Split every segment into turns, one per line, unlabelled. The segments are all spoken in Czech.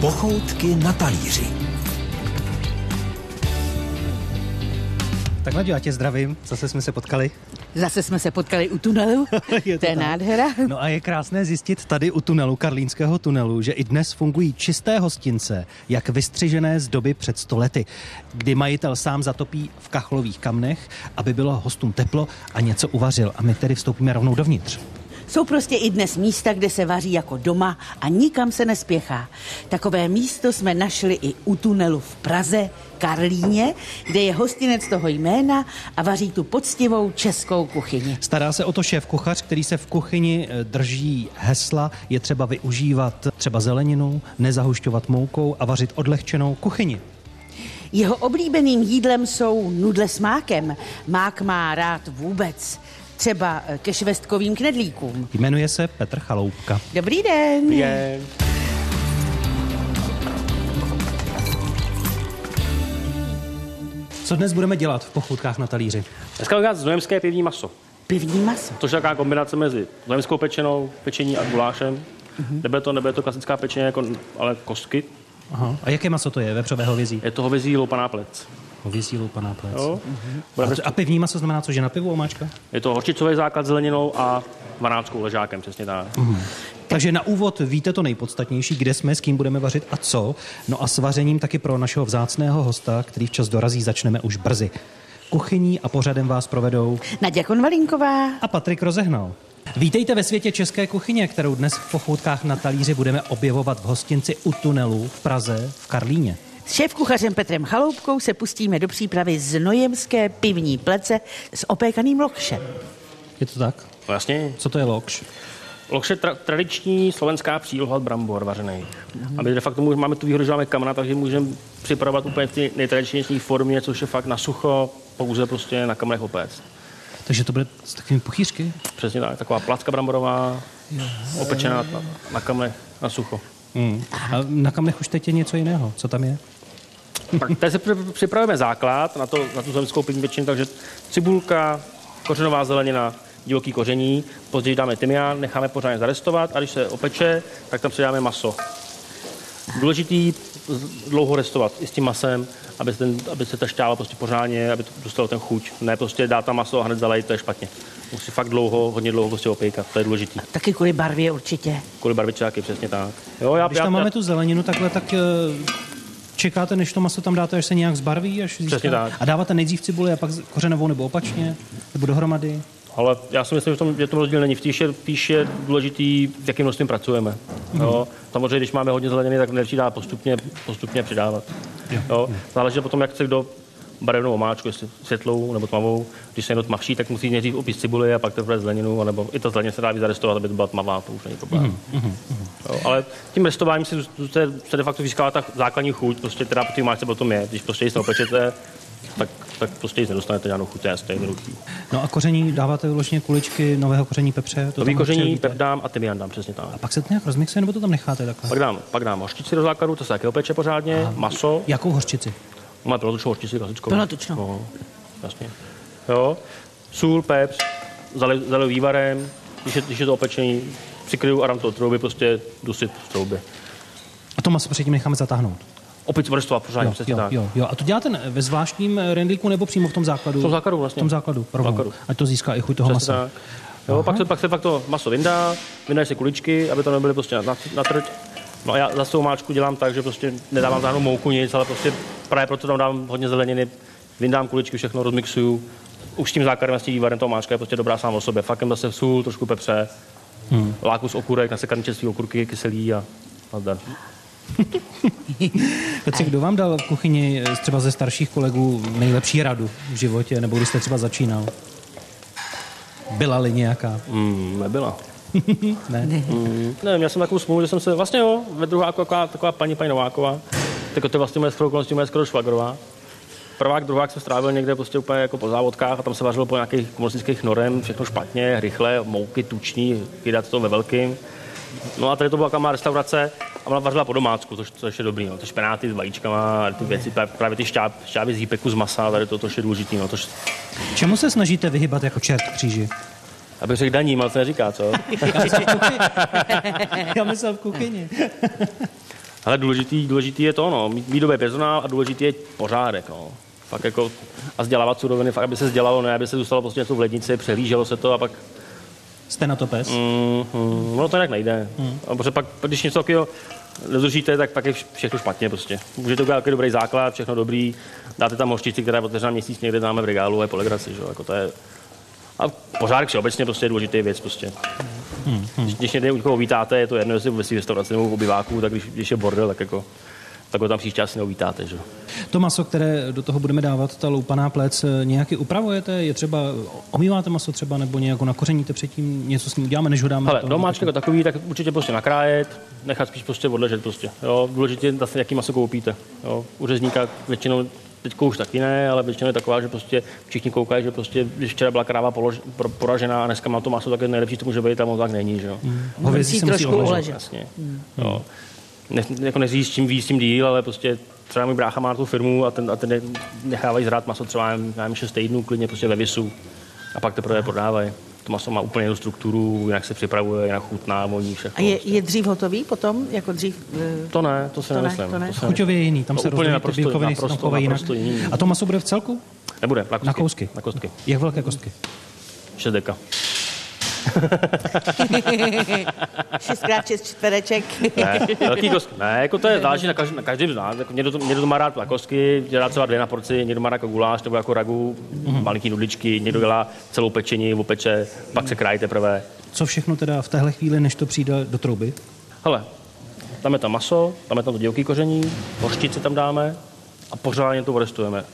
Pochoutky na talíři.
Tak Naďo, já tě zdravím, zase jsme se potkali.
Zase jsme se potkali u tunelu,
Je
to je
tak.
nádhera.
No a je krásné zjistit tady u tunelu, Karlínského tunelu, že i dnes fungují čisté hostince, jak vystřižené z doby před stolety, kdy majitel sám zatopí v kachlových kamnech, aby bylo hostům teplo a něco uvařil. A my tedy vstoupíme rovnou dovnitř.
Jsou prostě i dnes místa, kde se vaří jako doma a nikam se nespěchá. Takové místo jsme našli i u tunelu v Praze, Karlíně, kde je hostinec toho jména a vaří tu poctivou českou kuchyni.
Stará se o to šéf kuchař, který se v kuchyni eh, drží hesla, je třeba využívat třeba zeleninu, nezahušťovat moukou a vařit odlehčenou kuchyni.
Jeho oblíbeným jídlem jsou nudle s mákem. Mák má rád vůbec. Třeba eh, ke švestkovým knedlíkům.
Jmenuje se Petr Chaloupka.
Dobrý den.
Je.
Co dnes budeme dělat v pochoutkách na talíři?
Dneska bych dal znojemské pivní maso,
Pivní maso.
což je taková kombinace mezi znojemskou pečenou, pečení a gulášem. Nebude to, nebude to klasická pečeně, jako, ale kostky.
Aha. A jaké maso to je? Vepřové hovězí?
Je to hovězí loupaná plec.
Hovězí loupaná plec.
Jo?
A,
Bude
to- a pivní maso znamená co, že na pivu omáčka?
Je to horčicový základ s zeleninou a vanáckou ležákem, přesně tak.
Takže na úvod víte to nejpodstatnější, kde jsme, s kým budeme vařit a co. No a s vařením taky pro našeho vzácného hosta, který včas dorazí, začneme už brzy. Kuchyní a pořadem vás provedou
Naděja Konvalinková.
a Patrik rozehnal. Vítejte ve světě české kuchyně, kterou dnes v pochoutkách na talíři budeme objevovat v hostinci u tunelu v Praze v Karlíně.
S šéfkuchařem Petrem Chaloupkou se pustíme do přípravy znojemské pivní plece s opékaným lokšem.
Je to tak?
No jasně.
Co to je lokš?
Lokše tra- tradiční slovenská příloha brambor vařený. A my de facto můžeme- máme tu výhodu, že máme kamna, takže můžeme připravovat úplně v ty nejtradičnější formě, což je fakt na sucho, pouze prostě na kamnech opéct.
Takže to bude s takovými puchýřky?
Přesně tak, taková placka bramborová, opečená na, na kamle, na sucho.
Mm. A na kamnech už teď je něco jiného. Co tam je?
Tak tady se při- připravujeme základ na, to, na tu zemskou pivní většinu, takže cibulka, kořenová zelenina, divoký koření, později dáme tymián, necháme pořádně zarestovat a když se opeče, tak tam přidáme maso. Důležitý z- dlouho restovat i s tím masem, aby se, ten, aby se ta šťáva prostě pořádně, aby to dostalo ten chuť. Ne prostě dát tam maso a hned zalejit, to je špatně. Musí fakt dlouho, hodně dlouho prostě opékat, to je důležitý.
Taky kvůli barvě určitě.
Kvůli barvičáky, přesně tak. Jo, já,
Když tam máme tu zeleninu takhle, tak eh, čekáte, než to maso tam dáte, až se nějak zbarví, až získá.
tak.
A dáváte nejdřív cibuli a pak z- kořenovou nebo opačně, nebo dohromady.
Ale já si myslím, že v tom, že v tom rozdíl není. V týše, týše důležitý, v jakým množstvím pracujeme. Jo. Samozřejmě, když máme hodně zeleniny, tak nejlepší dá postupně, postupně přidávat. Jo. Záleží potom, jak chce kdo barevnou omáčku, jestli světlou nebo tmavou. Když se někdo tmavší, tak musí nejdřív opít cibuli a pak teprve zeleninu, nebo i ta zelenina se dá víc zarestovat, aby to byla tmavá, to už není problém. Jo. Ale tím restováním se, se, se de facto získává ta základní chuť, prostě teda po té omáčce potom je. Když prostě nic neopečete, tak, tak prostě nic nedostanete žádnou chuť, to je jasné, jednoduchý.
No a koření dáváte vyloženě kuličky nového koření pepře.
To
tam
výkoření,
přehodíte.
pep dám a tymián dám, přesně tak.
A pak se to nějak rozmixuje, nebo to tam necháte takhle?
Pak dám, pak dám hořčici do základu, to se taky opeče pořádně, maso,
Jakou hořčici?
máme plnotučnou hořčici klasickou.
Plnotučnou.
No, jasně. Jo, sůl, pepř, zali- zaliju vývarem, když je, když je to opečení, přikryju a dám to do trouby, prostě dusit v troubě.
A to maso předtím necháme zatáhnout.
Opět vrstva pořádně,
Jo,
přesně
jo,
tak.
jo, jo. A to děláte ne- ve zvláštním eh, rendlíku nebo přímo v tom základu? V
tom základu vlastně.
V tom základu, rovnou.
Základu.
Ať to získá i chuť toho
Přesně
masa.
tak. Jo, pak se, pak se pak to maso vyndá, vyndají se kuličky, aby to nebyly prostě na, na, na trť. No a já zase tu omáčku dělám tak, že prostě nedávám žádnou mouku nic, ale prostě právě proto tam dám hodně zeleniny, vyndám kuličky, všechno rozmixuju. Už s tím základem a s tím vývarem ta omáčka je prostě dobrá sám o sobě. Fakem zase sůl, trošku pepře, hmm. láku z okurek, nasekaný čerstvý okurky, kyselý a nazdar.
Petře, kdo vám dal v kuchyni eh, třeba ze starších kolegů nejlepší radu v životě, nebo když jste třeba začínal? Byla-li nějaká?
Mm, nebyla.
Ne? ne.
Ne, měl jsem takovou smlouvu, že jsem se, vlastně jo, ve druháku taková, taková paní, paní Nováková, tak to je vlastně moje skoro okolností, moje skoro švagrová. Prvák, druhák jsem strávil někde prostě úplně jako po závodkách a tam se vařilo po nějakých komunistických norem, všechno špatně, rychle, mouky, tuční, vydat to ve velkým. No a tady to byla taková má restaurace a ona vařila po domácku, což, což je dobrý, no. ty špenáty s vajíčkama, a ty věci, pra- právě ty šťáp, šťávy z hýpeku z masa, tady to, to je důležitý, no, tož,
Čemu se snažíte vyhybat jako čert v kříži?
abych řekl daním, ale to neříká, co?
Já myslel v kuchyni.
Ale důležitý, důležitý je to, no, mít, mít dobrý personál a důležitý je pořádek, no. Fakt jako, a vzdělávat suroviny, fakt, aby se vzdělalo, ne, aby se zůstalo prostě něco v lednici, přehlíželo se to a pak
Jste na to pes?
Mm, ono to jinak nejde. Mm. A protože pak, když něco takového nezrušíte, tak pak je vš- všechno špatně prostě. Můžete udělat takový dobrý základ, všechno dobrý, dáte tam hoštici, která je otevřená měsíc někde dáme v regálu a je po legraci, že? jo, Jako to je... A pořádek všeobecně prostě je důležitý věc prostě. Mm. Když, když někde u někoho vítáte, je to jedno, jestli ve svý restauraci nebo v obyváku, tak když, když je bordel, tak jako tak ho tam příště asi neuvítáte, že? jo.
To maso, které do toho budeme dávat, ta loupaná plec, eh, nějaký upravujete? Je třeba, omýváte maso třeba, nebo nějak ho nakořeníte předtím, něco s ním uděláme, než ho dáme? do
Ale
toho?
domáček jako takový, tak určitě prostě nakrájet, nechat spíš prostě odležet prostě. Jo, důležitě je zase, jaký maso koupíte. Jo, u řezníka většinou teď už taky ne, ale většinou je taková, že prostě všichni koukají, že prostě, když včera byla kráva polož, pro, poražená a dneska má to maso, tak je nejlepší, co může být, tam tak není, že jo. Mm.
Hovězí
Musí
se musí
trošku
ohledat.
uležet. Hmm.
Jasně. Jo. Ne, jako neříš, čím víc, tím díl, ale prostě třeba můj brácha má tu firmu a ten, a ten je- nechávají zrát maso třeba, já nevím, 6 týdnů klidně prostě ve visu a pak teprve je prodávají. To maso má úplně jinou strukturu, jinak se připravuje, jinak chutná, voní všechno.
A je, je dřív hotový potom, jako dřív? eh,
To ne, to si
To ne,
nemyslím.
to ne.
se-
Chuťově je jiný, tam
To
se
úplně
rozdělí ty
naprosto-
bílkoviny, se tam
naprosto-
chovají jinak.
naprosto jiný.
A to maso bude v celku?
Nebude, na kousky.
Na kousky.
Na kousky.
Jak velké kostky?
Šest deka.
6x6 čtvereček.
Ne, velký kostky. Ne, jako to je záleží na každý, na každý z nás. Jako někdo, to, někdo to má rád na kostky, dělá třeba dvě na porci, někdo má rád jako guláš nebo jako ragu, mm-hmm. malinký nudličky, někdo dělá celou pečení, opeče, pak se krájí teprve.
Co všechno teda v téhle chvíli, než to přijde do trouby?
Hele, tam je tam maso, tam je tam to divoký koření, hořčici tam dáme a pořádně to orestujeme.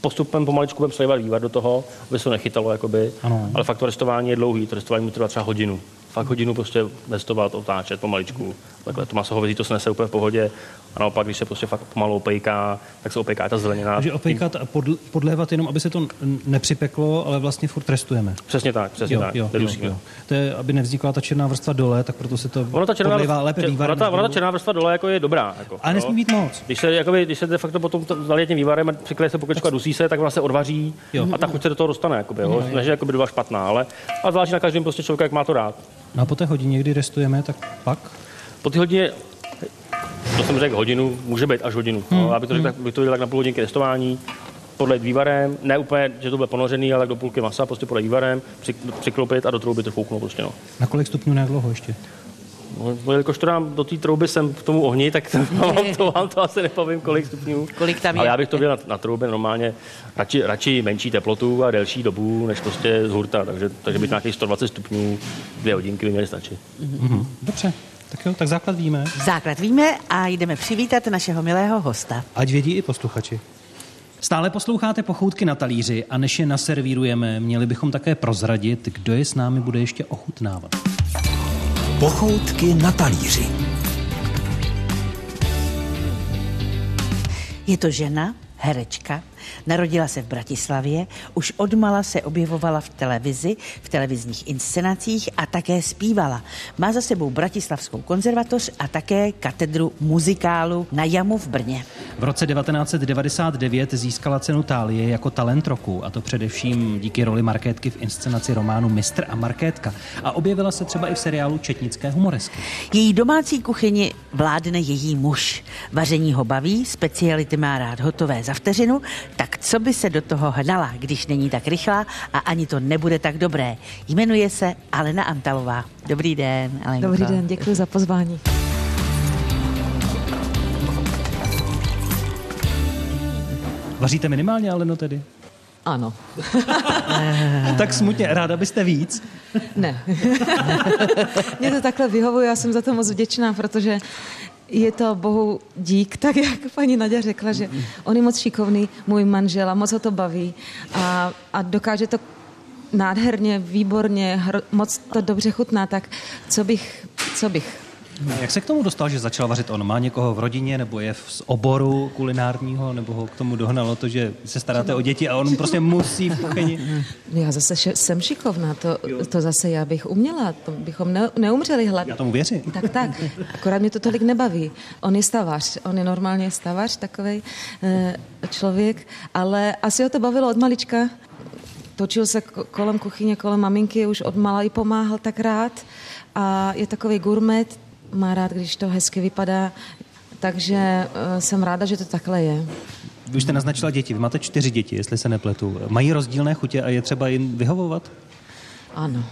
Postupem pomaličku budeme slivat vývar do toho, aby se to nechytalo, jakoby.
Ano.
ale fakt to restování je dlouhý, to restování mu trvá třeba hodinu. Fakt hodinu prostě restovat, otáčet pomaličku. Takhle to maso hovězí, to se nese úplně v pohodě. A naopak, když se prostě fakt pomalu opejká, tak se opejká ta zelenina.
Takže opejkat a podl- podlévat jenom, aby se to n- nepřipeklo, ale vlastně furt trestujeme.
Přesně tak, přesně tak. nedusíme.
To je, aby nevznikla ta černá vrstva dole, tak proto se to
Ono ta černá,
podlévá
vrstva,
lépe
čer,
vývarem.
ona ta, ona ta černá vrstva dole jako je dobrá. Jako,
Ale nesmí
jo.
být moc.
Když se, jakoby, když se de facto potom to- zalije tím vývarem a přikleje se pokličku a dusí se, tak ona se odvaří
Jo.
a ta chuť se do toho dostane. Jakoby, jo. Ne, že jakoby byla špatná, ale a záleží na každém prostě člověka, jak má to rád.
No a po té hodině, kdy restujeme, tak pak?
Po ty hodině, to jsem řekl hodinu, může být až hodinu. Hmm. No, aby to, řekl, tak, by to tak na půl hodinky testování, podle vývarem, ne úplně, že to bude ponořený, ale tak do půlky masa, prostě podle vývarem, při, přiklopit a do trouby to fouknout prostě, no.
Na kolik stupňů, na jak dlouho ještě?
No, no, jelikož to dám do té trouby sem k tomu ohni, tak to vám, to, vám to asi nepovím, kolik stupňů.
Kolik tam je?
Ale já bych to dělal na, na troubě normálně radši, radši menší teplotu a delší dobu, než prostě z hurta. Takže, takže by to nějakých 120 stupňů, dvě hodinky by měly stačit. Mhm.
Dobře, tak jo, tak základ víme.
Základ víme a jdeme přivítat našeho milého hosta.
Ať vědí i posluchači. Stále posloucháte pochoutky na talíři a než je naservírujeme, měli bychom také prozradit, kdo je s námi bude ještě ochutnávat.
Pochoutky na talíři.
Je to žena, herečka, narodila se v Bratislavě, už odmala se objevovala v televizi, v televizních inscenacích a také zpívala. Má za sebou Bratislavskou konzervatoř a také katedru muzikálu na Jamu v Brně.
V roce 1999 získala cenu Tálie jako talent roku, a to především díky roli Markétky v inscenaci románu Mistr a Markétka. A objevila se třeba i v seriálu Četnické humoresky.
Její domácí kuchyni vládne její muž. Vaření ho baví, speciality má rád hotové za vteřinu, tak co by se do toho hnala, když není tak rychlá a ani to nebude tak dobré. Jmenuje se Alena Antalová. Dobrý den, Alenko.
Dobrý den, děkuji za pozvání.
Vaříte minimálně, Aleno, tedy?
Ano.
Tak smutně, ráda byste víc.
Ne. Mě to takhle vyhovuje, já jsem za to moc vděčná, protože je to bohu dík, tak jak paní Nadia řekla, že on je moc šikovný, můj manžel a moc ho to baví a, a dokáže to nádherně, výborně, hro, moc to dobře chutná, tak co bych, co bych
Jak se k tomu dostal, že začal vařit on? Má někoho v rodině, nebo je v- z oboru kulinárního, nebo ho k tomu dohnalo to, že se staráte o děti a on prostě musí v kuchyni?
já zase še, jsem šikovná, to, to zase já bych uměla, to bychom ne, neumřeli hlad.
Já tomu věřím.
Tak, tak. Akorát mě to tolik nebaví. On je stavař, on je normálně stavař, takový eh, člověk, ale asi ho to bavilo od malička. Točil se ko- kolem kuchyně, kolem maminky, už od mala i pomáhal tak rád. A je takový gurmet, má rád, když to hezky vypadá, Takže eh, jsem ráda, že to takhle je.
Vy už jste naznačila děti, vy máte čtyři děti, jestli se nepletu. Mají rozdílné chutě a je třeba jim vyhovovat?
Ano.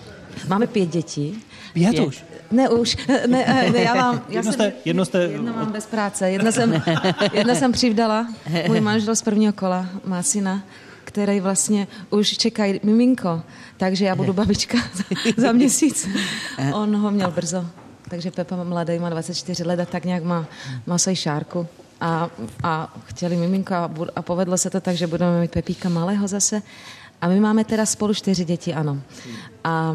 Máme pět dětí.
Pět už?
Ne, už. Ne, eh, ne, já mám, já
Jedno
jsem,
jste- jedno jste-
jedno mám bez práce. Jedno jsem, jedno jsem přivdala. Můj manžel z prvního kola má syna, který vlastně už čeká miminko, takže já budu babička za, za měsíc.
Eh.
On ho měl brzo. Takže Pepa má mladý, má 24 let a tak nějak má, má svoji šárku. A, a chtěli miminko a, bu- a povedlo se to tak, že budeme mít Pepíka malého zase. A my máme teda spolu čtyři děti, ano. A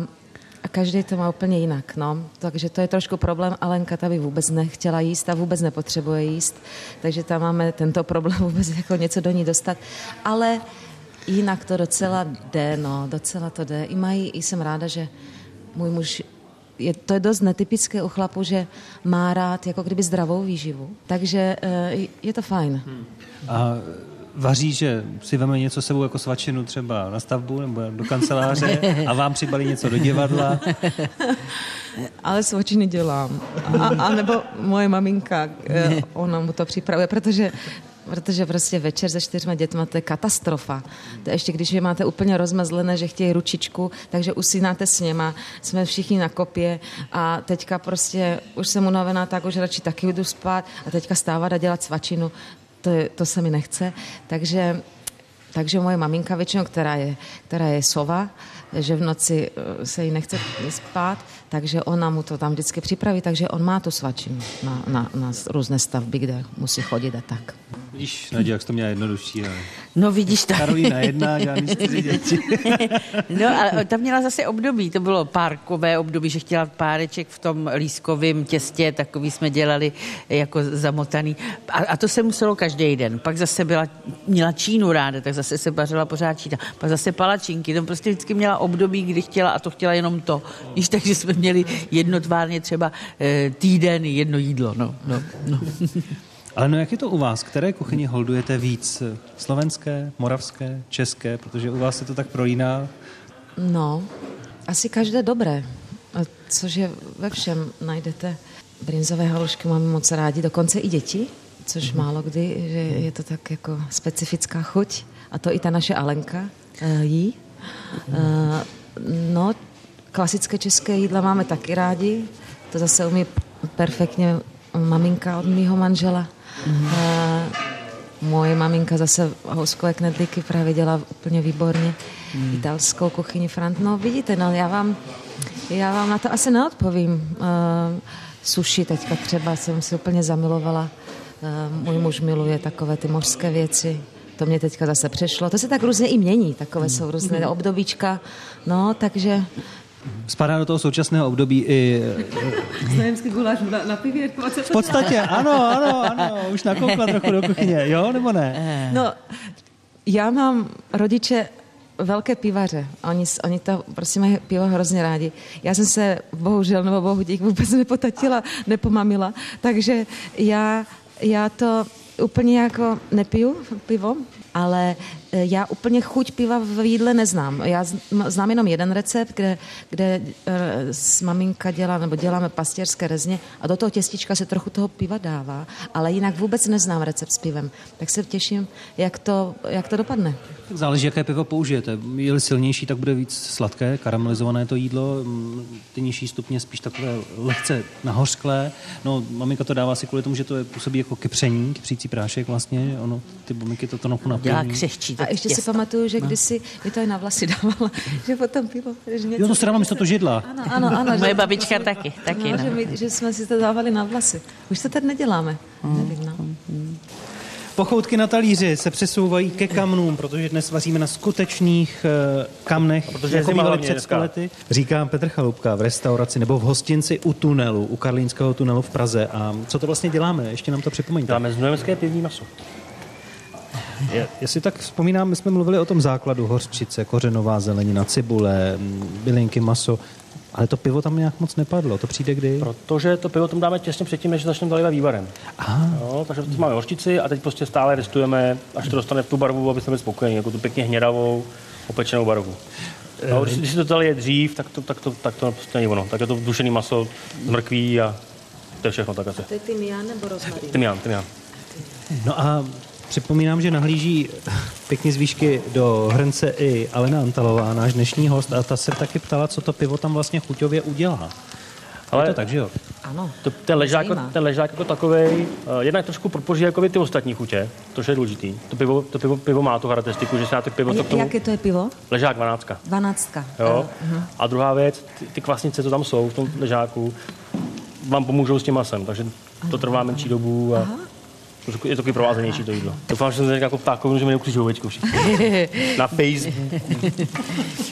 a každý to má úplně jinak, no. Takže to je trošku problém. Alenka ta by vůbec nechtěla jíst a vůbec nepotřebuje jíst. Takže tam máme tento problém vůbec jako něco do ní dostat. Ale jinak to docela jde, no. Docela to jde. I mají, i jsem ráda, že můj muž je, to je dost netypické u chlapu, že má rád jako kdyby zdravou výživu. Takže eh, je to fajn.
A vaří, že si veme něco sebou jako svačinu třeba na stavbu nebo do kanceláře a vám přibalí něco do divadla.
Ale svačiny dělám. A, a nebo moje maminka, eh, ona mu to připravuje, protože protože prostě večer se čtyřma dětma to je katastrofa. To ještě když je máte úplně rozmazlené, že chtějí ručičku, takže usínáte s něma, jsme všichni na kopě a teďka prostě už jsem unavená, tak už radši taky jdu spát a teďka stávat a dělat svačinu, to, je- to se mi nechce. Takže takže moje maminka většinou, která je, která je sova, že v noci eh, se jí nechce spát, takže ona mu to tam vždycky připraví, takže on má tu svačinu na, na, na různé stavby, kde musí chodit a tak.
Vidíš, Naděja, jak jsi to měla jednodušší. Ale...
No vidíš to.
Karolina jedna, žádný čtyři děti.
No, ale tam měla zase období, to bylo párkové období, že chtěla páreček v tom lískovém těstě, takový jsme dělali jako zamotaný. A, a to se muselo každý den. Pak zase byla, měla čínu ráda, tak zase se vařila pořád čína. Pak zase palačinky, tam prostě vždycky měla období, kdy chtěla a to chtěla jenom to. Víš, takže jsme měli jednotvárně třeba eh, týden jedno jídlo, no. no, no.
Ale no jak je to u vás? Které kuchyni holdujete víc? Slovenské, moravské, české? Protože u vás se to tak prolíná.
No, asi každé dobré, a což je ve všem. Najdete brinzové halušky, máme moc rádi, dokonce i děti, což mm-hmm. málo kdy, že je to tak jako specifická chuť. A to i ta naše Alenka uh, jí. Uh, no, klasické české jídla máme taky rádi. To zase umí perfektně maminka od mýho manžela. Mm-hmm. Uh, Moje maminka zase houskové knedlíky právě dělá úplně výborně. Hmm. Italskou kuchyni Frant. No vidíte, no já vám, já vám na to asi neodpovím. Uh, sushi teďka třeba jsem si úplně zamilovala. Uh, můj muž miluje takové ty mořské věci. To mě teďka zase přešlo. To se tak různě i mění. Takové jsou různé obdobíčka. No, takže...
Spadá do toho současného období i... eh,
Znajemský guláš na, na pivě.
V podstatě, ano, ano, ano, už nakoukla trochu do kuchyně, jo, nebo ne?
No, já mám rodiče velké pivaře. Oni, s- oni to prostě mají pivo hrozně rádi. Já jsem se bohužel nebo bohu dík vůbec nepotatila, nepomamila, takže já, já to úplně jako nepiju pivo, ale eh, já úplně chuť piva v jídle neznám. Já z- m- znám jenom jeden recept, kde, kde eh, s maminka dělá, nebo děláme pastěrské rezně a do toho těstička se trochu toho piva dává, ale jinak vůbec neznám recept s pivem. Tak se těším, jak to, jak to dopadne.
Tak Záleží, jaké pivo použijete. je silnější, tak bude víc sladké, karamelizované to jídlo, mm, ty nižší stupně spíš takové lehce nahořklé. No, maminka to dává si kvůli tomu, že to je, působí jako kypření, kypřící prášek vlastně, ono, ty bumiky to trochu
Dělá
naplní.
křehčí. to
A ještě si
těsto.
pamatuju, že kdysi mi to je na vlasy dávala, že potom pivo. Že něco...
Jo, to se dává místo to židla.
Ano, ano, ano.
Moje
že-
babička taky, taky.
No, že,
no.
my, že jsme si to dávali na vlasy. Už to tady neděláme. Nevím, no.
Pochoutky na talíři se přesouvají ke kamnům, protože dnes vaříme na skutečných eh, kamnech,
Protože je zima hlavně
před
dneska.
stolety. Říká Petr Chaloupka v restauraci nebo v hostinci u tunelu, u Karlínského tunelu v Praze. A co to vlastně děláme? Ještě nám to připomeňte.
Dáme znojemské pivní maso.
Je- Jestli tak vzpomínám, my jsme mluvili o tom základu hořčice, kořenová zelenina, cibule, mm, bylinky, maso, ale to pivo tam nějak moc nepadlo. To přijde kdy?
Protože to pivo tam dáme těsně předtím, než začneme zalívat vývarem.
Aha.
No, takže teď máme horčici a teď prostě stále restujeme, až to dostane tu barvu, aby jsme byli spokojeni, jako tu pěkně hnědavou, opečenou barvu.
Eh,
No, když, když se to tady je dřív, tak to, tak to, tak to prostě není ono. Tak je to dušený maso z mrkví a To je všechno tak asi.
To je tymián nebo rozmarín?
Tymián, tymián.
No a připomínám, že nahlíží pěkně z výšky do hrnce i Alena Antalová, náš dnešní host, a ta se taky ptala, co to pivo tam vlastně chuťově udělá. Ale je to tak, že jo?
Ano.
To, ten, ležák,
zajímá.
ten ležák jako takový, uh, jednak trošku podpoří jakoby ty ostatní chutě, to je důležitý. To pivo, to pivo, pivo má tu charakteristiku, že se na to pivo...
A
to
je,
k tomu-
jaké to je pivo?
Ležák 12.
Dvanáctka. Eh,
Jo? A druhá věc, ty, ty kvasnice, co tam jsou v tom ležáku, vám pomůžou s tím masem, takže to trvá menší dobu a trošku- je to takový provázenější to jídlo. Doufám, že jsem neřekl jako ptákovinu, že mi neuklížou večku všichni. Na Facebook.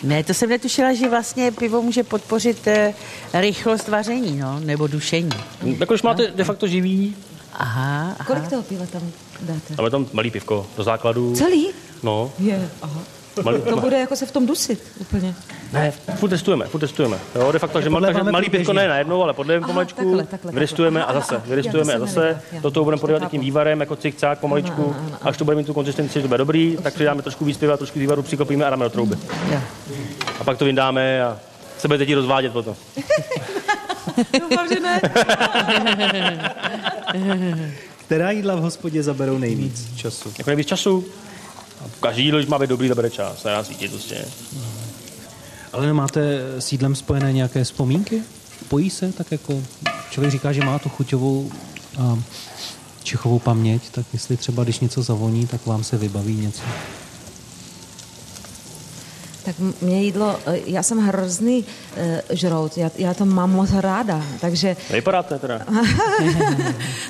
Ne, to jsem netušila, že vlastně pivo může podpořit eh, rychlost vaření, no, nebo dušení.
Jako když máte de facto živý,
Aha, aha.
Kolik toho piva tam dáte?
ale tam malý pivko do základu.
Celý?
No,
Je, aha.
malý,
To bude jako se v tom dusit úplně.
Ne, furt testujeme, furt testujeme. Jo, de facto, že mal,
podle
takže
máme
malý pivko
průběžně.
ne najednou, ale podle
Aha,
pomalečku.
takhle, takhle, takhle.
vyristujeme a
Aha,
zase,
aha,
vyristujeme
já
a
to jsem
zase.
nevěděla, já.
Do toho budeme
Už to
podávat
chápu.
tím vývarem, jako cik-cák,
Ano,
pomaličku.
ano, ano, ano.
Až to bude mít tu konzistenci, že to bude dobrý, tak přidáme trošku víc piva, trošku vývaru, přikopíme a dáme do trouby.
Jo.
A pak to vyndáme a se budete ti rozvádět potom.
Doufám, že ne.
Která jídla v hospodě zaberou nejvíc času?
Jako nejvíc času. A Každý jídlo, když má být dobrý, zabere čas. Nedá se jítit prostě.
Ale nemáte s jídlem spojené nějaké vzpomínky? Pojí se tak jako... Člověk říká, že má tu chuťovou a čichovou paměť, tak jestli třeba, když něco zavoní, tak vám se vybaví něco.
Tak m- mě jídlo, eh, já jsem hrozný eh, žrout, já, já to mám moc ráda, takže,
Vypadáte teda.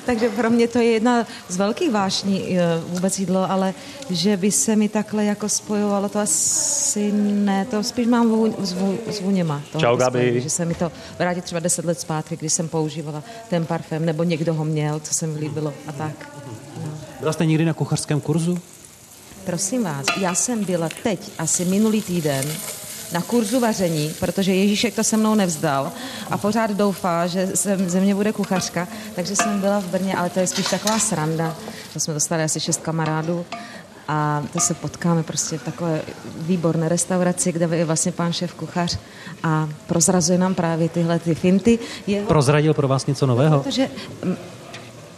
takže pro mě to je jedna z velkých vášní eh, vůbec jídlo, ale že by se mi takhle jako spojovalo, to asi ne, to spíš mám vůň, s, vů, s vůněma. to
Čau,
jako
Gabi.
spojení, Že se mi to vrátí třeba deset let zpátky, když jsem používala ten parfém, nebo někdo ho měl, co se mi líbilo a tak.
Byla jste někdy na kuchařském kurzu?
Prosím vás, já jsem byla teď, asi minulý týden, na kurzu vaření, protože Ježíšek to se mnou nevzdal a pořád doufá, že jsem, ze mě bude kuchařka, takže jsem byla v Brně, ale to je spíš taková sranda. To jsme dostali asi šest kamarádů a to se potkáme prostě v takové výborné restauraci, kde je vlastně pán šéf kuchař a prozrazuje nám právě tyhle ty finty. Jeho
Prozradil pro vás něco nového?
Protože, mm,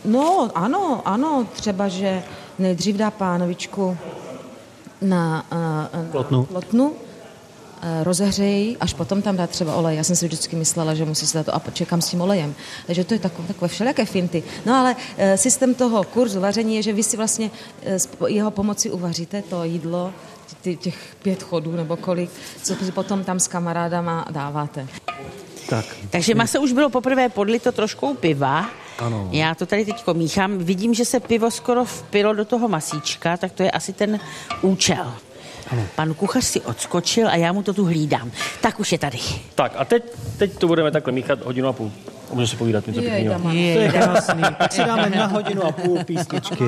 no, ano, ano, třeba, že nejdřív dá pánovičku na uh,
Plotnu.
plotnu eh, rozehřeje ji, až potom tam dá třeba olej. Já jsem si vždycky myslela, že musí se dát to a čekám s tím olejem. Takže to je takové, takové všelijaké finty. No ale eh, systém toho kurzu vaření je, že vy si vlastně eh, s po- jeho pomocí uvaříte to jídlo, ty- ty- těch pět chodů nebo kolik, co si potom tam s kamarádama dáváte.
Tak.
Takže maso už bylo poprvé podlito troškou piva.
Ano.
Já to tady teď míchám. Vidím, že se pivo skoro vpilo do toho masíčka, tak to je asi ten účel. Ano. Pan kuchař si odskočil a já mu to tu hlídám. Tak už je tady.
Tak a teď, teď to budeme takhle míchat hodinu a půl. A Můžeme si povídat něco pěkného.
To je krásný. Tak si dáme na hodinu a půl písničky.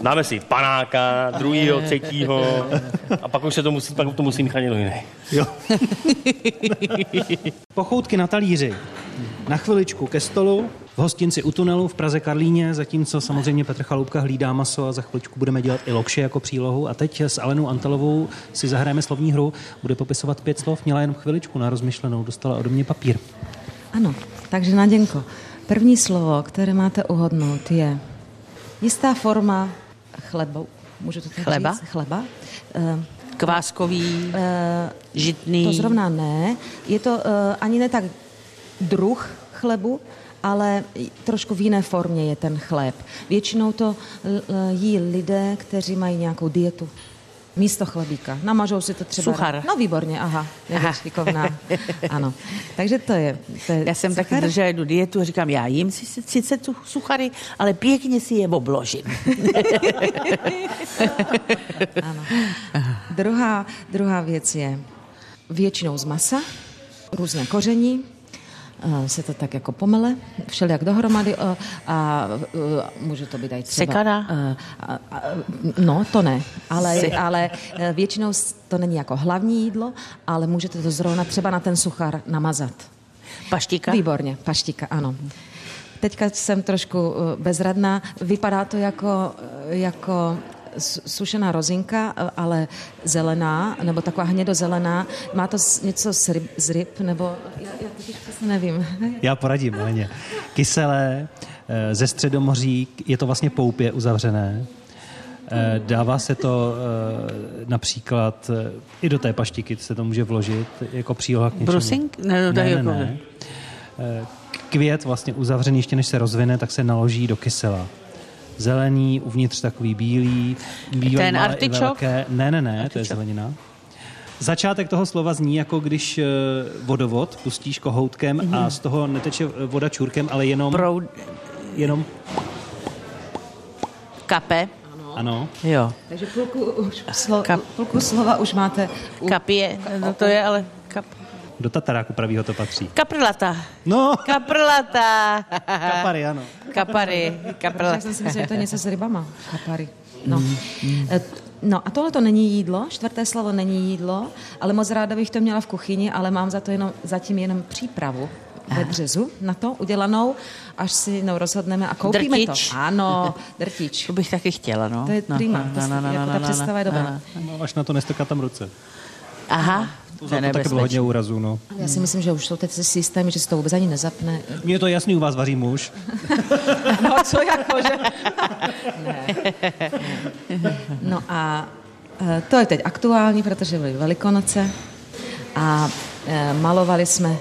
Dáme si panáka, druhýho, třetího a pak už se to musí, pak to musí míchat někdo jiný.
Jo. Pochoutky na talíři. Na chviličku ke stolu, v hostinci u tunelu v Praze Karlíně, zatímco samozřejmě Petr Chaloupka hlídá maso a za chviličku budeme dělat i lokše jako přílohu. A teď s Alenou Antelovou si zahrajeme slovní hru. Bude popisovat pět slov, měla jenom chviličku na rozmyšlenou, dostala ode mě papír.
Ano, takže Naděnko, první slovo, které máte uhodnout, je jistá forma chlebu. Můžu to tak
Chleba?
říct? Chleba. Eh,
Kváskový,
eh,
žitný.
to zrovna ne. Je to eh, ani ne tak druh chlebu, ale i- trošku v jiné formě je ten chléb. Většinou to l- eh, jí lidé, kteří mají nějakou dietu. Místo chlebíka. Namažou si to třeba...
Suchar.
No výborně, aha.
Aha.
aha. Šikovná. Ano. Takže to je... To je
Já jsem taky
suchar.
držela jednu dietu a říkám, já jim si- si- sice tu suchary, ale pěkně si je obložím.
Druhá, druhá věc je většinou z masa, různé koření, eh, se to tak jako pomele, všelijak dohromady eh, a eh, může to být i třeba...
Sekaná?
eh, a- a- No, to ne, ale, ale eh, většinou s- to není jako hlavní jídlo, ale můžete to zrovna třeba na ten suchar namazat.
Paštika.
Výborně, paštika, ano. Teďka jsem trošku eh, bezradná. Vypadá to jako, eh, jako s- sušená rozinka, eh, ale zelená, nebo taková hnědozelená. Má to s- něco z ryb, z ryb nebo já, já totiž přesně nevím.
Já poradím, Heleně. Kyselé, eh, ze středomoří, je to vlastně poupě uzavřené. Eh, Dává se to eh, například eh, i do té paštiky se to může vložit jako příloha k něčemu.
Brusink? Ne, no, tak
ne, ne,
jako-
ne. Eh, Květ vlastně uzavřený, ještě než se rozvine, tak se naloží do kysela. Zelený, uvnitř takový bílý. bývají
Ten
malé i
artičok?
velké- Ne, ne, ne, to je
Artičok.
zelenina. Začátek toho slova zní jako když eh, vodovod pustíš kohoutkem mm-hmm. a z toho neteče eh, voda čurkem, ale jenom...
Proud,
Jenom...
kape,
Ano.
jo.
Takže půlku, už slo,
Kap.
půlku slova už máte. U,
Kapie, no to je ale kap,
Do tataráku pravýho to patří.
kaprlata.
No,
Kaprlata.
kapary, ano.
Kapary,
já
kaprlata.
jsem si myslela, že to je něco s rybama. Kapary. No.
Mm,
Eh, No a tohle to není jídlo, čtvrté slovo není jídlo, ale moc ráda bych to měla v kuchyni, ale mám za to jenom, zatím jenom přípravu ve dřezu na to udělanou, až si jednou rozhodneme a koupíme
Drtič.
to. Ano, drtič.
To bych taky chtěla, no.
To je
No,
prima,
no,
to
no,
si-
no, no,
jako
no,
ta
no,
představa je
no,
dobrá.
no.
No, až na to nestrkat tam ruce.
Aha,
To,
to je
za to taky bylo hodně
nebezpečné.
úrazů, no.
Já si myslím, že už jsou teď systémy, že se to vůbec ani nezapne.
Mně je to jasný, u vás vaří muž.
No, co jako, že? ne. No a eh, to je teď aktuální, protože byly Velikonoce a eh, malovali jsme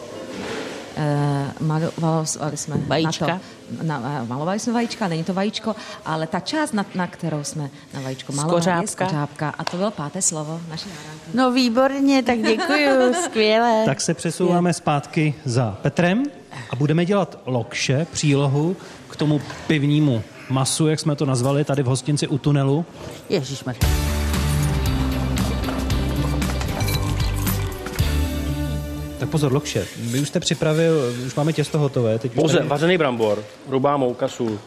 eh, malovali jsme
Vajíčka.
Na to, na, eh, malovali jsme vajíčka, není to vajíčko, ale ta část, na, na kterou jsme na vajíčko malovali, je
kořápka.
kořápka. A to bylo páté slovo naší nahrávky.
No výborně, tak děkuju, skvěle.
Tak se přesouváme zpátky za Petrem a budeme dělat lokše, přílohu k tomu pivnímu masu, jak jsme to nazvali tady v hostinci u tunelu.
Ježíš
Tak pozor, lokše, vy už jste připravil, už máme těsto hotové. Teď už
Pouze
tady-
vařený brambor, rubá mouka, sůl.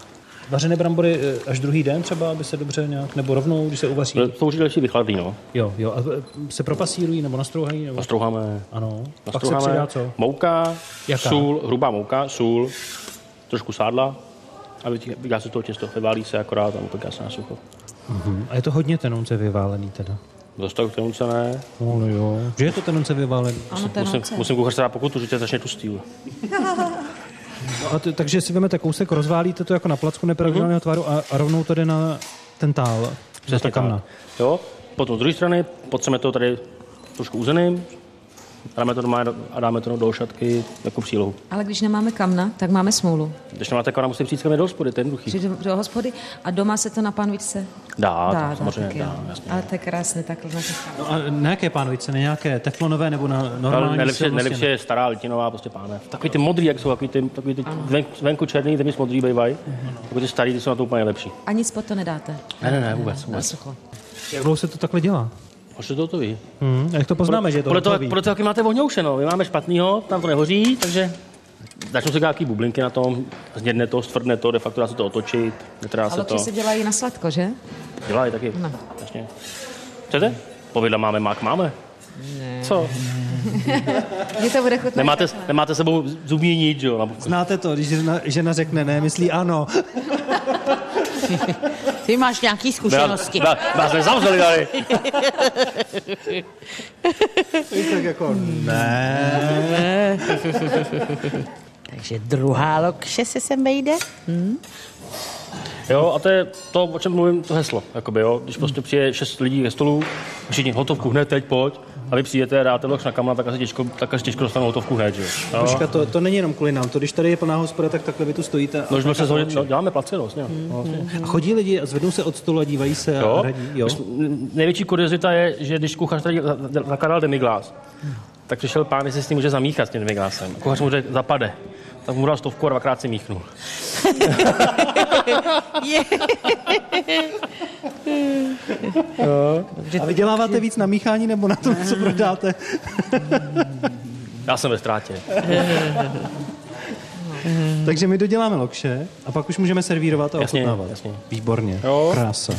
Vařené brambory eh, až druhý den třeba, aby se dobře nějak, nebo rovnou, když se uvaří.
To už je další vychladlý, no.
Jo, jo, a eh, se propasírují nebo nastrouhají? Nebo...
Nastrouháme.
Ano, pak se
Nastrouháme
přidá co?
Mouka,
Jaká?
sůl, hrubá mouka, sůl, trošku sádla a vytí- vyká se to těsto. Vyválí se akorát a upéká se na sucho. Mhm.
Hm, A je to hodně tenonce vyválený teda.
Zase tak tenonce ne.
No, no jo. Že je to tenonce vyválený?
Ano, to je
Musím,
noce.
musím kuchař dát pokutu, že to je strašně tustý.
No a t- takže si vemete kousek, rozválíte to jako na placku
Mhm.
nepravidelného tvaru a, a rovnou to jde na ten tál. Na ta kamna.
Jo? Potom z druhé strany, potřeme to tady trošku uzeným, dáme to doma a dáme to do šatky jako přílohu.
Ale když nemáme kamna, tak máme smůlu.
Když nemáte kamna, musíte přijít do hospody, to je jednoduchý.
Přijdu do hospody a doma se to na panvičce
Dá,
dá,
dá samozřejmě
taky,
dá.
jo. Ale to je krásné, takhle na těch
No a na jaké pánovice? Na nějaké teflonové nebo na normální?
Ale nejlepší,
silnosti?
nejlepší je stará litinová, prostě páne. Takový ty modrý, jak jsou, takový ty, takový ty ven, venku černý, zemi modrý bývají. Takový ty starý, ty jsou na to úplně nejlepší.
A nic pod to nedáte?
Ne, ne, ne, vůbec,
Na
vůbec.
sucho.
Jak dlouho se to takhle dělá?
Už to to ví.
Hmm, jak to poznáme, že je to
Podle toho,
hotový?
podle toho, jaký máte ohňouše, no. Vy máme špatnýho, tam to nehoří, takže začnou se dělat nějaký bublinky na tom, znědne to, stvrdne to, de facto dá se to otočit, netrá
A
se to.
lokče se dělají na sladko, že?
Dělají taky.
No.
Jasně. Chcete? Povidla máme, mák máme. Ne. Co?
Mně to bude chutnat.
Nemáte, nemáte s sebou zubní nit, že jo? na-
Znáte to, když žena, žena řekne ne, myslí ano.
Ty máš nějaký zkušenosti.
Vás- Vás nezavřeli tady.
tak jako ne.
Takže druhá lokše se sem vejde.
Jo, a to je to, o čem mluvím, to heslo. Jakoby, jo. Když prostě přijde šest lidí ke stolu, všichni hotovku hned, teď pojď, a vy přijdete a dáte lox na kamna, tak asi těžko, tak asi těžko dostanou hotovku hned, že jo. No. jo.
Počka, to, to není jenom kvůli nám, to když tady je plná hospoda, tak takhle vy tu stojíte. a-
No, už byl se zhodit, no, děláme placenost, vlastně. jo.
A chodí lidi a zvednou se od stolu a dívají se a
Jo.
radí, jo?
My jsme- Největší kuriozita je, že když kuchař tady za- za- zakládal demiglás, tak přišel pán, jestli s tím může zamíchat s tím demiglásem. Kuchař mu řekl, zapade. Tak mu dal stovku a dvakrát si míchnul.
A vyděláváte víc na míchání nebo na tom, co prodáte?
Já jsem ve ztrátě.
Takže my doděláme lokše a pak už můžeme servírovat a
Jasně,
ochutnávat.
jasně.
Výborně.
Jo.
Krása.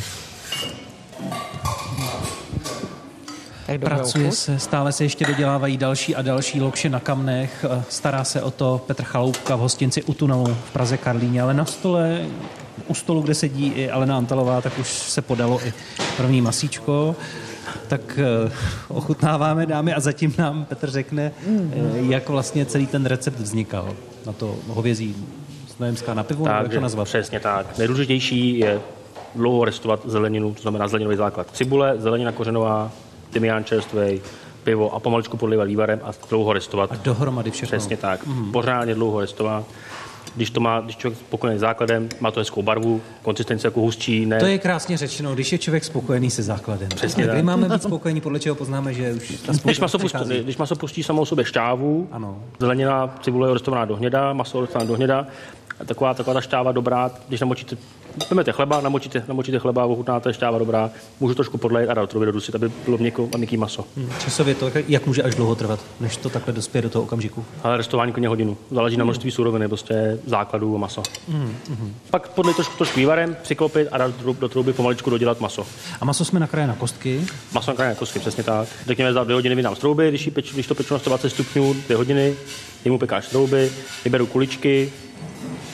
Tak
Pracuje se, stále se ještě dodělávají další a další lokše na kamnech. Eh, Stará se o to Petr Chaloupka v hostinci u tunelu v Praze Karlíně, ale na stole U stolu, kde sedí i Alena Antalová, tak už se podalo i první masíčko. Tak eh, ochutnáváme, dámy, a zatím nám Petr řekne, eh, jak vlastně celý ten recept vznikal na to hovězí z Nojemská na pivu, nebo jak to nazvat?
Přesně tak. Nejdůležitější je dlouho restovat zeleninu, to znamená zeleninový základ. Cibule, zelenina kořenová, tymián čerstvej, pivo a pomaličku podlivat vývarem a dlouho restovat.
A Mhm. dohromady všechno.
Přesně tak. Mm. Pořádně dlouho restovat. Když to má, když člověk je spokojený s základem, má to hezkou barvu, konzistenci jako hustší, ne.
To je krásně řečeno, když je člověk spokojený se základem.
Přesně
tak.
tak.
My máme být spokojení, podle čeho poznáme, že už ta
Když
spokojenost
maso,
přichází.
pustí, když maso pustí samou sobě šťávu,
Ano.
zelenina, cibule je rostovaná do hněda, maso je rostované do hněda, a taková, taková ta šťáva dobrá, když namočíte, vezmete chleba, namočíte, namočíte chleba, ochutnáte, šťáva dobrá, můžu trošku podlejit a dát do dusit, aby bylo měkko a měkký maso.
Časově to, jak může až dlouho trvat, než to takhle dospěje do toho okamžiku?
Ale restování koně hodinu. Záleží na množství suroviny, prostě základů a maso. Pak podle trošku, trošku vývarem, přiklopit a dát do, do trouby pomaličku dodělat maso.
A maso jsme nakráje na kostky.
Maso na kostky, přesně tak. Řekněme, za dvě hodiny vydám strouby, když, ji peč, když to peču na 120 stupňů, dvě hodiny, jemu pekáš strouby, vyberu kuličky,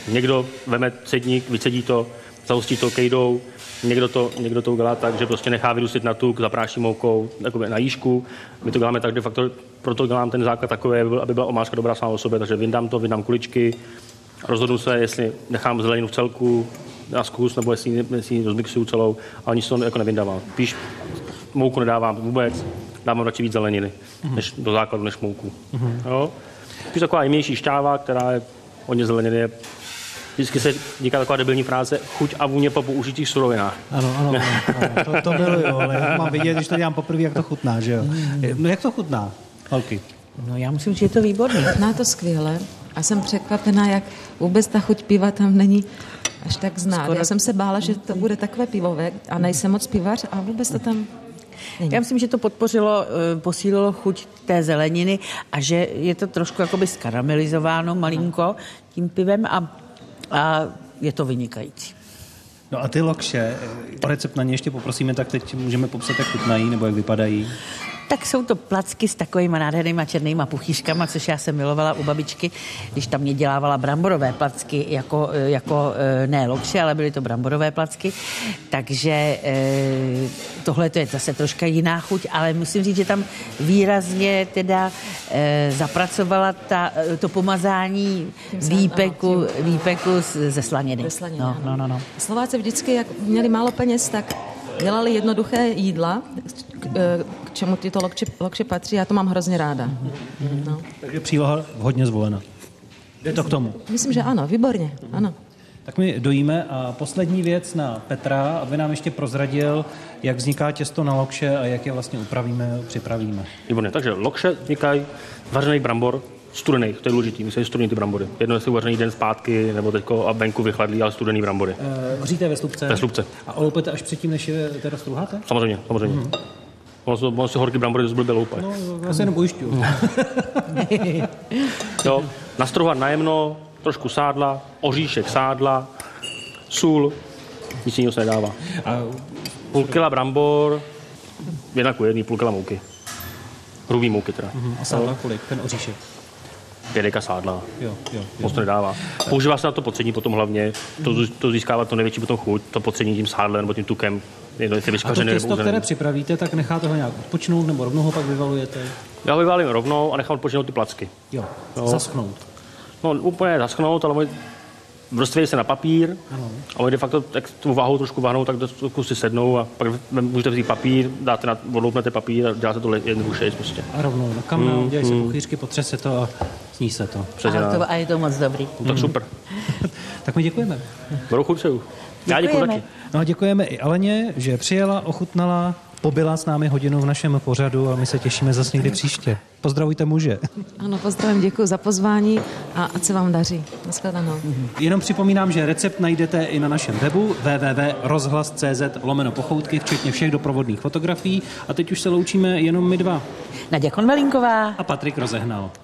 někdo veme cedník, vycedí to, zahustí to kejdou, někdo to, někdo to udělá tak, že prostě nechá vydusit na tuk, zapráší moukou, jakoby na jížku. My to děláme tak, de facto, proto dělám ten základ takový, aby byl- aby byla omáčka dobrá sama o sobě, takže vyndám to, vyndám kuličky, rozhodnu se, jestli nechám zeleninu v celku na zkus, nebo jestli, ji- jestli ji rozmixuju celou, ale nic z toho jako nevydávám. Píš mouku nedávám vůbec, dávám radši víc zeleniny než do základu, než mouku. Jo? Spíš taková jemnější šťáva, která je hodně zeleniny, je Vždycky se říká taková debilní fráze chuť a vůně po použitých surovinách.
Ano, ano, ano, ano. To, to miluju, ale jak mám vidět, když to dělám poprvé, jak to chutná, že jo? No jak to chutná, holky?
No já musím říct, že je to výborný.
Má to skvěle a jsem překvapená, jak vůbec ta chuť piva tam není až tak znát.
Skoro-
Já jsem se bála, že to bude takové pivové a nejsem moc pivař a vůbec to tam není.
Já myslím, že to podpořilo, eh, posílilo chuť té zeleniny a že je to trošku jakoby skaramelizováno malinko tím pivem a, a je to vynikající.
No a ty lokše, o recept na ně ještě poprosíme, tak teď můžeme popsat, jak chutnají nebo jak vypadají.
Tak jsou to placky s takovými nádhernýma černýma puchýškama, což já jsem milovala u babičky, když tam mě dělávala bramborové placky, jako, eh, jako eh, ne lokše, ale byly to bramborové placky. Takže eh, tohle to je zase troška jiná chuť, ale musím říct, že tam výrazně teda eh, zapracovala ta, eh, to pomazání
sám-
výpeku,
ano,
výpeku z- ze slaniny.
Ve slanině,
No,
ano.
no, no, no.
Slováci vždycky, jak měli málo peněz, tak dělali jednoduché jídla, k, eh, k čemu tyto lokče, lokče patří. Já to mám hrozně ráda. No.
Takže příloha hodně zvolena. Je to k tomu.
Myslím, že ano, výborně, ano.
Tak my dojíme a poslední věc na Petra, aby nám ještě prozradil, jak vzniká těsto na lokše a jak je vlastně upravíme, připravíme.
Výborně. Takže lokše vznikají, vařený brambor, studený, to je důležitý, musí být studený ty brambory. Jedno jestli uvařený den zpátky, nebo teďko a venku vychladlý, ale studený brambory.
Eh, Hoříte ve slupce?
Ve slupce.
A oloupete až předtím, než je teda struháte?
Samozřejmě, samozřejmě. Mm. Ono, se- ono si horký brambory to byl loupat. No.
Já se jenom ujišťuju.
Jo, nastruhat najemno, trošku sádla, oříšek sádla, sůl, nic jiného se nedává.
A
Půl kila brambor, jedna ku jedný, půl kila mouky. Hrubý mouky teda. Mm-hmm.
a sádla kolik? Ten oříšek.
Pědeka sádla.
Jo, jo, jo.
moc to nedává. Používá se na to podsední potom hlavně, to, zu- to získává to největší potom chuť, to podsední tím sádlem nebo tím tukem, jedno jestli
A to
vyškařené nebo
těsto, které
uzené.
připravíte, tak necháte ho nějak odpočinout nebo rovnou ho pak vyvalujete?
Já vyválím rovnou a nechám odpočinout ty placky.
Jo, jo. zaschnout.
No úplně zaschnout, ale oni vrství se na papír a oni de facto, jak tu váhou trošku vahnou, tak do- trošku si sednou a pak vem- můžete vzít papír, dáte na, odloupnete papír a děláte to le- jednoduše prostě.
A rovnou na kamen, mm, dělají se
hmm.
puchýřky, potřese to a sní se to.
Přesně
A,
tak.
to, a je to moc dobrý.
No, tak super.
Tak my děkujeme.
Dobrou chuť přeju. Já děkuji
Děkujeme.
taky.
No a děkujeme i Aleně, že přijela, ochutnala, pobyla s námi hodinu v našem pořadu a my se těšíme zase někdy příště. Pozdravujte muže.
Ano, pozdravím, děkuji za pozvání a ať se vám daří. Naschledanou.
Jenom připomínám, že recept najdete i na našem webu www.rozhlas.cz lomeno pochoutky, včetně všech doprovodných fotografií. A teď už se loučíme jenom my dva.
Naděkon Malinková.
A Patrik rozehnal.